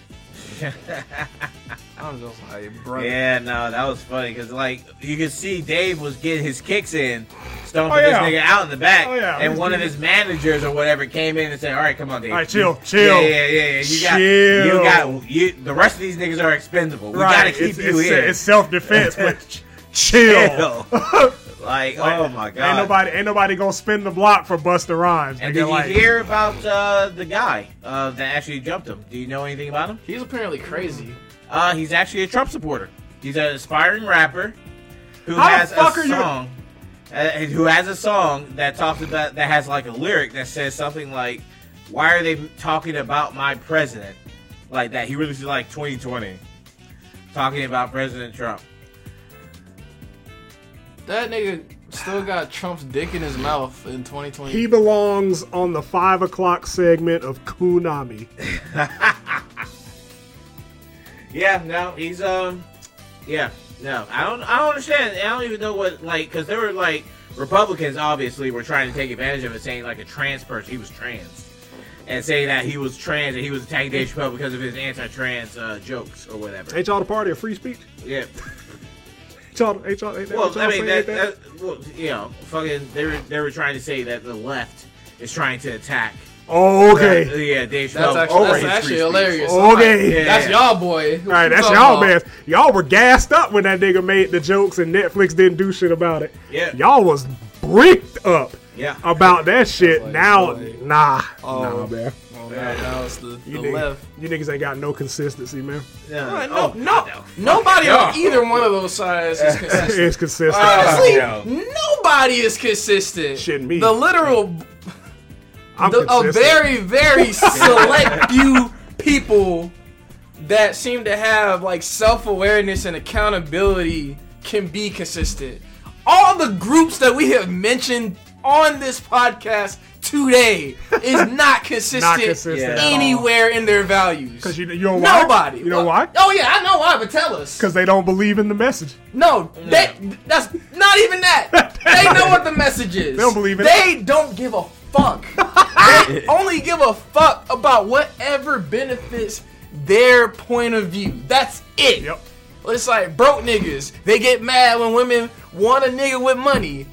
I'm just like, bro. Yeah, no, that was funny because like you could see Dave was getting his kicks in, stomping Oh, yeah. this nigga out in the back, Oh, yeah. and one of his managers or whatever came in and said, "All right, come on, Dave, All right, chill, You- chill. yeah, yeah, yeah, yeah. You got, Chill. you got, you. The rest of these niggas are expendable. We gotta keep it's, you it's, here. It's self defense, but ch- chill. Chill. like, oh my god. Ain't nobody, ain't nobody gonna spin the block for Buster Rhymes. and nigga, did you like, hear about uh, the guy uh, that actually jumped him? Do you know anything about him? He's apparently crazy. Uh, he's actually a Trump supporter. He's an aspiring rapper who How the has fuck are a you- song. Uh, who has a song that talks about that has like a lyric that says something like, "Why are they talking about my president?" Like that. He released like 2020, talking about President Trump. That nigga still got Trump's dick in his mouth in 2020. he belongs on the five o'clock segment of Kunami. Yeah, no, he's um, yeah, no, I don't, I don't understand. I don't even know what like because there were like Republicans obviously were trying to take advantage of it, saying like a trans person, he was trans, and saying that he was trans and he was attacking Dave Chappelle because of his anti-trans uh, jokes or whatever. Ain't y'all the party of free speech? Yeah, Ain't y'all, ain't y'all, ain't that what well, y'all I mean saying that, ain't that well, you know, fucking they were they were trying to say that the left is trying to attack. Oh, okay. uh, yeah, Dave that's Chappelle. actually, over that's his free actually speech. hilarious. I'm Okay. like, that's Yeah. y'all boy. What All right, you that's talking y'all about? man. Y'all were gassed up when that nigga made the jokes and Netflix didn't do shit about it. Yeah. Y'all was bricked up Yeah. about that shit. Like, now, like- nah. Oh. Nah, man. Oh, man, that was the, the You, niggas- left. you niggas ain't got no consistency, man. No, Like, no, oh, no, nobody on either one of those sides is consistent. it's consistent. Ah. Honestly, Yeah. nobody is consistent. Shouldn't be. The literal, I'm the, a consistent. very, very select few people that seem to have like self awareness and accountability can be consistent. All the groups that we have mentioned on this podcast today is not consistent, consistent at all. anywhere in their values. 'Cause you, you know why? Nobody. You know why? Oh yeah, I know why, but tell us. Because they don't believe in the message. No, that that's not even that. They know what the message is. They don't believe it. They don't give a fuck. they only give a fuck about whatever benefits their point of view. That's it. Yep. Well, It's like broke niggas. They get mad when women want a nigga with money.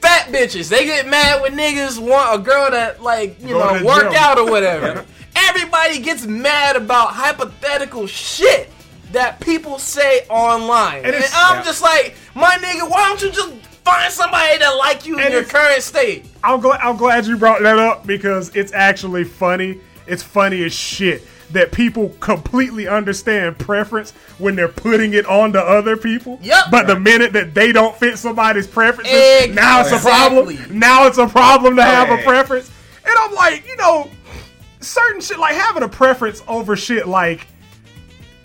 Fat bitches. They get mad when niggas want a girl that like you Go to know the work gym. out or whatever. Everybody gets mad about hypothetical shit that people say online, and, And it's- I'm Yeah. just like, my nigga, why don't you just find somebody that like you in And your it's- current state? I'm glad I'm glad you brought that up because it's actually funny. It's funny as shit that people completely understand preference when they're putting it on to other people. Yep. But the minute that they don't fit somebody's preferences, now it's a Exactly. problem. Now it's a problem to have a yeah. preference. And I'm like, you know, certain shit like having a preference over shit like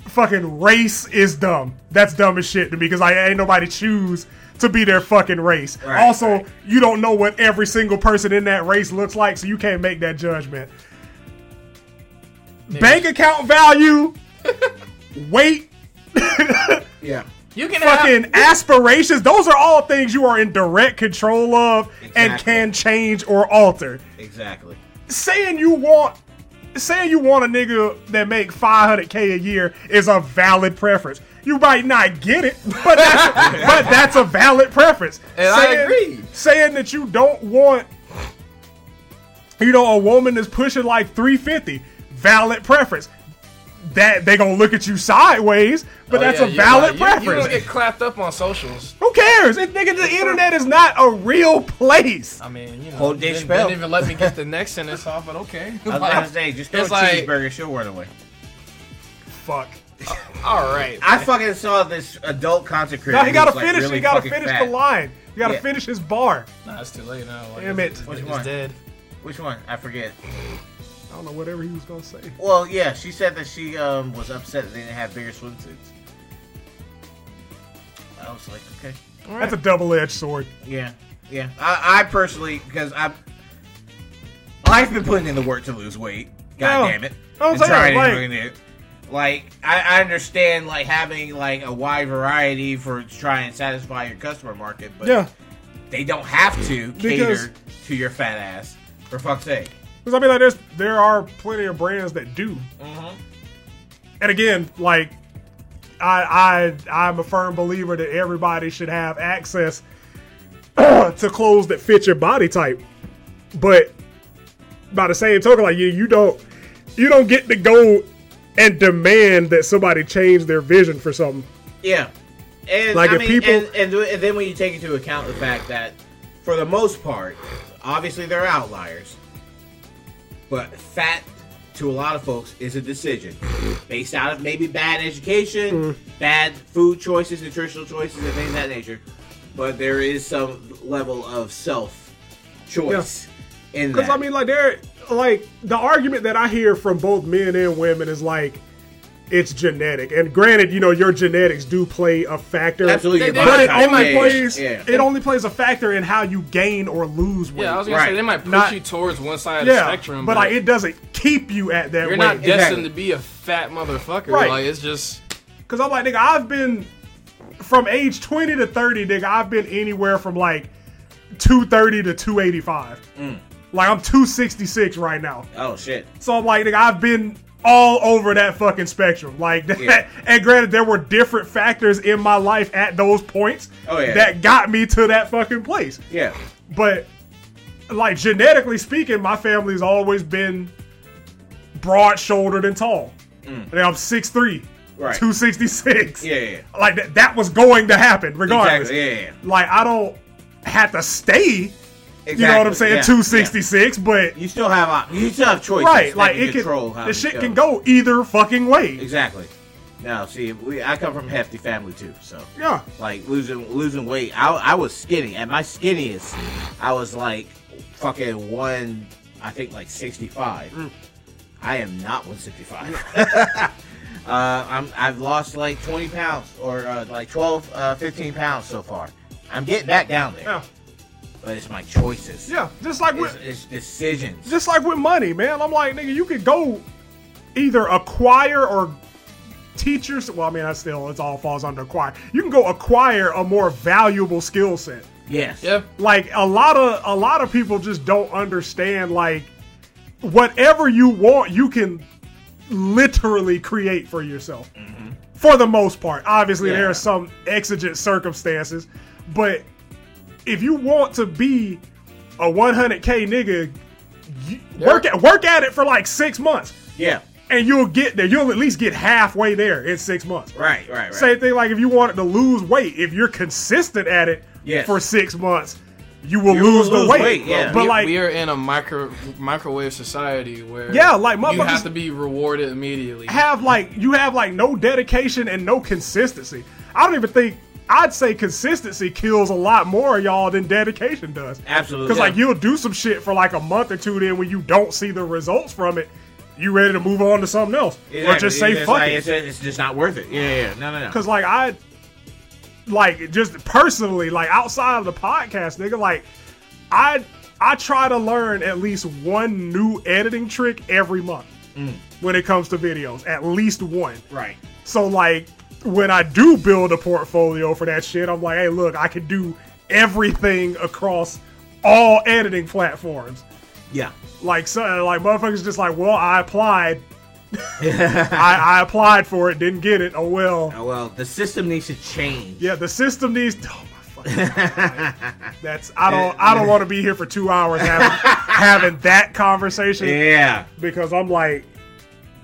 fucking race is dumb. That's dumb as shit to me because I ain't nobody choose to be their fucking race. Right, also, right. you don't know what every single person in that race looks like, so you can't make that judgment. Bank account value, weight, yeah. You can fucking have aspirations, those are all things you are in direct control of and Exactly. can change or alter. Exactly. saying you want saying you want a nigga that make 500k a year is a valid preference. You might not get it, but that's, but that's a valid preference. And I agree. Saying that you don't want you know a woman that's pushing like 350, valid preference. That they going to look at you sideways, but Oh, that's yeah, a you're valid right. You- preference. You, don't get clapped up on socials. Who cares? It, nigga, the internet is not a real place. I mean, you know, Hold Dave didn't, Chappelle. didn't even let me get the next sentence off, but okay. I was gonna say, just throw It's a like- cheeseburger, she'll run away. fuck. All right. I fucking saw this adult concert creator. Now he gotta who's, like, finish. really he gotta fucking finish fat. the line. You gotta Yeah. finish his bar. Nah, it's too late now. Like, Damn it. it's- Which It's one? dead. Which one? I forget. I don't know whatever he was gonna say. Well, yeah, she said that she um, was upset that they didn't have bigger swimsuits. I was like, okay, That's a double-edged sword. yeah, yeah. I, I personally, because I've I've been putting in the work to lose weight. God No. damn it! I'm And saying, trying to like- bring it. Like, I, I understand like having like a wide variety for to try and satisfy your customer market, but Yeah. they don't have to Because- cater to your fat ass. For fuck's sake. Because I mean, like, there's there are plenty of brands that do. Mm-hmm. And again, like, I I I'm a firm believer that everybody should have access to clothes that fit your body type. But by the same token, like, you you don't you don't get to go and demand that somebody change their vision for something. Yeah, and Like, I if mean, people- and, and, th- and then when you take into account the fact that, for the most part, obviously they're outliers, but fat to a lot of folks is a decision based out of maybe bad education, Hmm. bad food choices, nutritional choices, and things of that nature. But there is some level of self choice in that. Because I mean, like there, like the argument that I hear from both men and women is like it's genetic. And granted, you know, your genetics do play a factor. absolutely, your They- But body it type, only yeah, yeah, plays yeah. it only plays a factor in how you gain or lose weight. Yeah, I was gonna Right. say they might push Not- you towards one side of Yeah, the spectrum, but like it doesn't keep you at that you're weight. not destined to Exactly. be a fat motherfucker. Right. Like it's just Cause I'm like, nigga, I've been from age 20 to 30, nigga, I've been anywhere from like 230 to 285. Mm. Like I'm 266 right now. Oh shit. So I'm like, nigga, I've been all over that fucking spectrum. Like, that, Yeah. and granted, there were different factors in my life at those points Oh, yeah. that got me to that fucking place. Yeah. But, like, genetically speaking, my family's always been broad shouldered and tall. And I'm 6'3, Mm. Right. 266. Yeah. yeah. Like, that, that was going to happen regardless. Exactly. Yeah. yeah. Like, I don't have to stay, Exactly. you know what I'm saying, yeah, yeah. 266, but You still have op- you still have choices. right that like you it can control how the it shit goes. can go either fucking way Exactly. Now, see, we, I come from a hefty family too, so yeah like losing losing weight. I, I was skinny. At my skinniest, I was like fucking one. I think like sixty five. Mm. I am not one sixty five. uh, I'm I've lost like twenty pounds or uh, like 12, uh, 15 pounds so far. I'm getting back down there, yeah but it's my choices. yeah just like It's, with it's decisions. just like with money man i'm like nigga you could go either acquire or teachers well i mean i still it all falls under acquire you can go acquire a more valuable skill set yes. yeah. like a lot of a lot of people just don't understand like whatever you want you can literally create for yourself for the most part obviously there Yeah. are some exigent circumstances but if you want to be a 100k nigga you, work at work at it for like 6 months Yeah. and you'll get there you'll at least get halfway there in 6 months Right. Right. Right. same thing like if you wanted to lose weight, if you're consistent at it Yes. for six months, you will You will lose, lose the weight. weight, yeah. But we, like we are in a micro microwave society where Yeah, like, you motherfuckers- have to be rewarded immediately. have like you have like no dedication and no consistency. I don't even think I'd say consistency kills a lot more of y'all than dedication does. Absolutely. Because like Yeah. you'll do some shit for like a month or two, then when you don't see the results from it, you ready to move on to something else. Or Exactly. just say It's fuck like, it. It's, it's just not worth it. Yeah, yeah, yeah. no, no, no. Cause like I, like just personally, like outside of the podcast, nigga, like I I try to learn at least one new editing trick every month when it comes to videos, at least one. Right. So like when I do build a portfolio for that shit, I'm like, hey, look, I can do everything across all editing platforms. Yeah. Like so, like motherfuckers just like, well, I applied. I, I applied for it, didn't get it. Oh well. Oh, well, the system needs to change. Yeah, the system needs. Oh my fucking God. That's I don't I don't want to be here for two hours having having that conversation Yeah. because I'm like,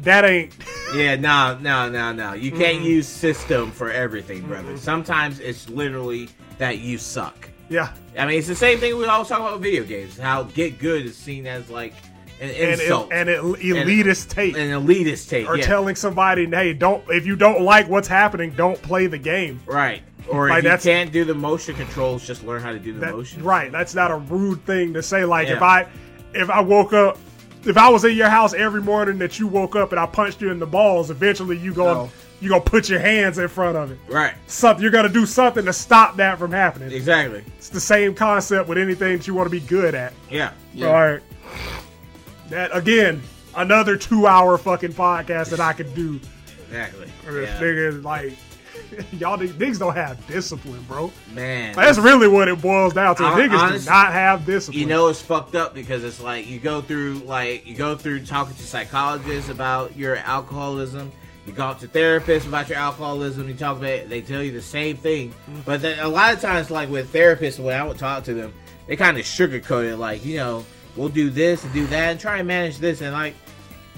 that ain't. Yeah. No, no, no, no. You Mm-hmm. can't use system for everything, brother. Sometimes it's literally that you suck. Yeah, I mean, it's the same thing we always talk about with video games. How get good is seen as like an and it, insult, and it elitist take. an elitist take. or yeah. telling somebody, hey, don't if you don't like what's happening, don't play the game. right. Or Like, if you that's- can't do the motion controls, just learn how to do the That- motion. right. That's not a rude thing to say. Like if Yeah. I if I woke up if I was in your house every morning that you woke up and I punched you in the balls, eventually you gonna No. you gonna put your hands in front of it. Right. Something you're gonna do something to stop that from happening. Exactly. It's the same concept with anything that you want to be good at. Yeah. Yeah. All right. That again, another two hour fucking podcast that I could do. Exactly. This Yeah. nigga, like, y'all niggas niggas don't have discipline, bro. Man. That's really what it boils down to. Hon- niggas honest- do not have discipline. you know it's fucked up because it's like you go through like you go through talking to psychologists about your alcoholism you go to therapists about your alcoholism you talk about it, they tell you the same thing but then a lot of times like with therapists when i would talk to them they kind of sugarcoat it like you know we'll do this and do that and try and manage this and like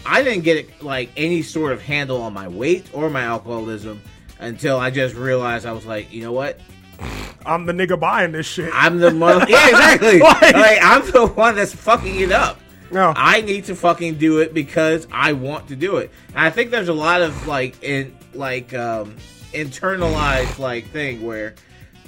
I didn't get like any sort of handle on my weight or my alcoholism until I just realized I was like, you know what? I'm the nigga buying this shit. I'm the mother. yeah, exactly. Like- like, I'm the one that's fucking it up. No. I need to fucking do it because I want to do it. And I think there's a lot of like in like um internalized like thing where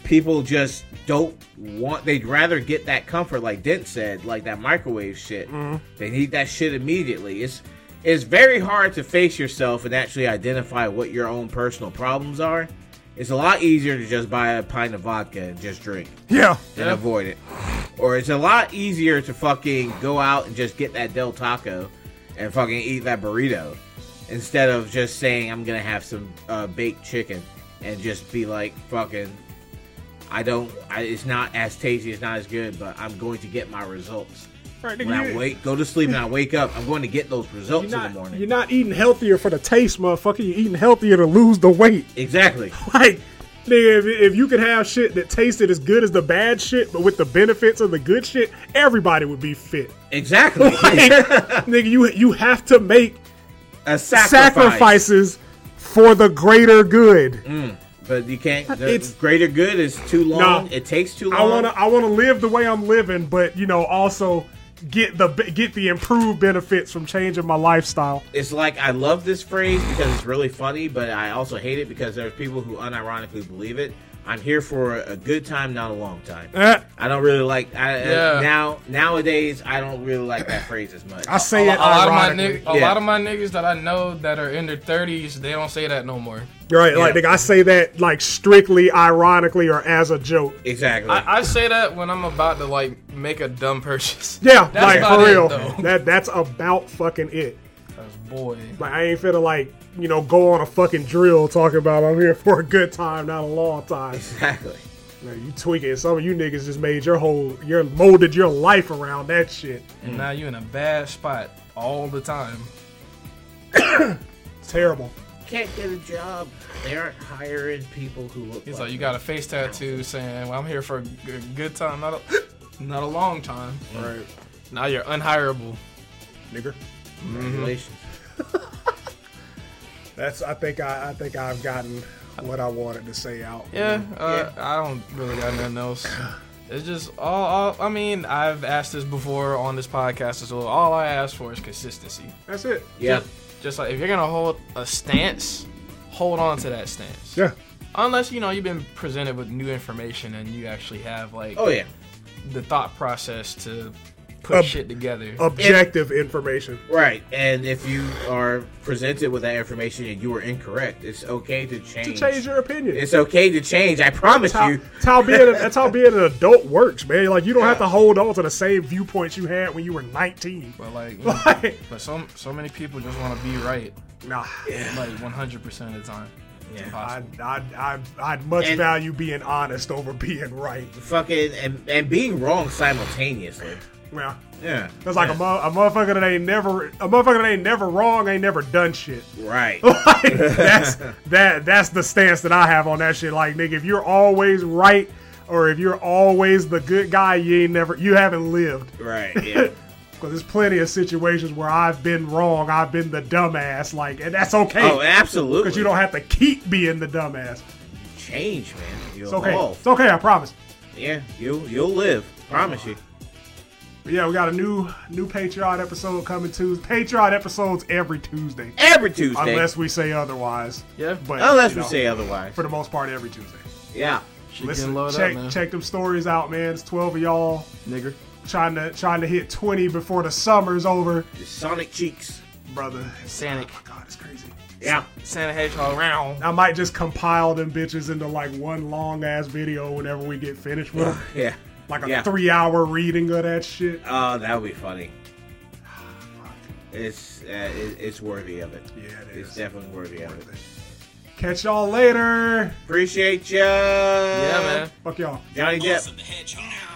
people just don't want they'd rather get that comfort like Dent said, like that microwave shit. They need that shit immediately. It's it's very hard to face yourself and actually identify what your own personal problems are. It's a lot easier to just buy a pint of vodka and just drink yeah. and Yeah. avoid it. Or it's a lot easier to fucking go out and just get that Del Taco and fucking eat that burrito instead of just saying I'm gonna have some uh, baked chicken and just be like fucking I don't I, it's not as tasty, it's not as good, but I'm going to get my results. Right, When I wake go to sleep and I wake up, I'm going to get those results are in the not, morning. you're not eating healthier for the taste, motherfucker. You're eating healthier to lose the weight. exactly. Like, nigga, if, if you could have shit that tasted as good as the bad shit, but with the benefits of the good shit, everybody would be fit. Exactly. Like, nigga, you you have to make a sacrifice. sacrifices for the greater good. Mm. But you can't the It's- greater good is too long. No. it takes too long. I want to I want to live the way I'm living, but you know, also get the get the improved benefits from changing my lifestyle. it's like I love this phrase because it's really funny, but I also hate it because there's people who unironically believe it. I'm here for a good time, not a long time. Eh. I don't really like I, Yeah. uh, now nowadays. I don't really like that phrase as much. I say a, it lot of my ironically. nigg- a Yeah. lot of my niggas that I know that are in their thirties, they don't say that no more. right, like Yeah. nigga, I say that like strictly ironically or as a joke. exactly. I, I say that when I'm about to like make a dumb purchase. Yeah, That's like about for it, real. though. that that's about fucking it. 'Cause boy, Like I ain't finna like you know go on a fucking drill talking about I'm here for a good time, not a long time. exactly. Man, you tweaking. Some of you niggas just made your whole, your molded your life around that shit. and now you in a bad spot all the time. It's terrible. Can't get a job. They aren't hiring people who look. He's like, you got a face tattoo saying, "Well, I'm here for a g- good time, not a not a long time." Right. Mm. Now you're unhireable. nigga. Relations. Mm-hmm. That's. I think. I, I think I've gotten what I wanted to say out. Yeah, uh, I don't really got nothing else. It's just all, all. I mean, I've asked this before on this podcast as well. All I ask for is consistency. That's it. Yeah. Just like if you're gonna hold a stance, hold on to that stance. Yeah. Unless you know you've been presented with new information and you actually have like Oh yeah. the thought process to put Ob- shit together. uh, Objective information. Right. And if you are presented with that information and you are incorrect, it's okay to To change. change your opinion. It's okay to change. I promise that's how, you. that's how being a- that's how being an adult works, man. Like you don't have to hold on to the same viewpoints you had when you were 19. but like, you know, Like, but so so many people just want to be right, nah, like 100 percent of the time. It's Yeah. I, impossible. I, I, I'd much And- value being honest over being right. fucking and, and being wrong simultaneously. Yeah, Yeah. that's like a, mo- a motherfucker that ain't never, a motherfucker that ain't never wrong, ain't never done shit. Right. Like, that's that that's the stance that I have on that shit. Like nigga, if you're always right or if you're always the good guy, you ain't never you haven't lived. right. Yeah. Cause there's plenty of situations where I've been wrong, I've been the dumbass, like and that's okay. Oh, absolutely. Cause you don't have to keep being the dumbass. change, man. You It's okay. evolve. It's okay, I promise. Yeah. You you'll live. Promise you. But yeah, we got a new new Patreon episode coming Tuesday. Patreon episodes every Tuesday, Every Tuesday. unless we say otherwise. Yeah. But Unless you we know, say otherwise. for the most part, every Tuesday. Yeah. She Listen, getting loaded check up, man. check them stories out, man. It's twelve of y'all Nigger. trying to trying to hit twenty before the summer's over, The Sonic Cheeks. brother. Sonic. Oh my God, it's crazy. Yeah. Santa Hedgehog round. I might just compile them bitches into like one long ass video whenever we get finished with 'em. Yeah. like a Yeah. three hour reading of that shit. Oh, that would be funny. It's uh, it, it's worthy of it. Yeah, it It's is. definitely worthy of it. Catch y'all later. Appreciate ya. Yeah, man. Fuck y'all. Johnny Depp. Blossom the Hedgehog.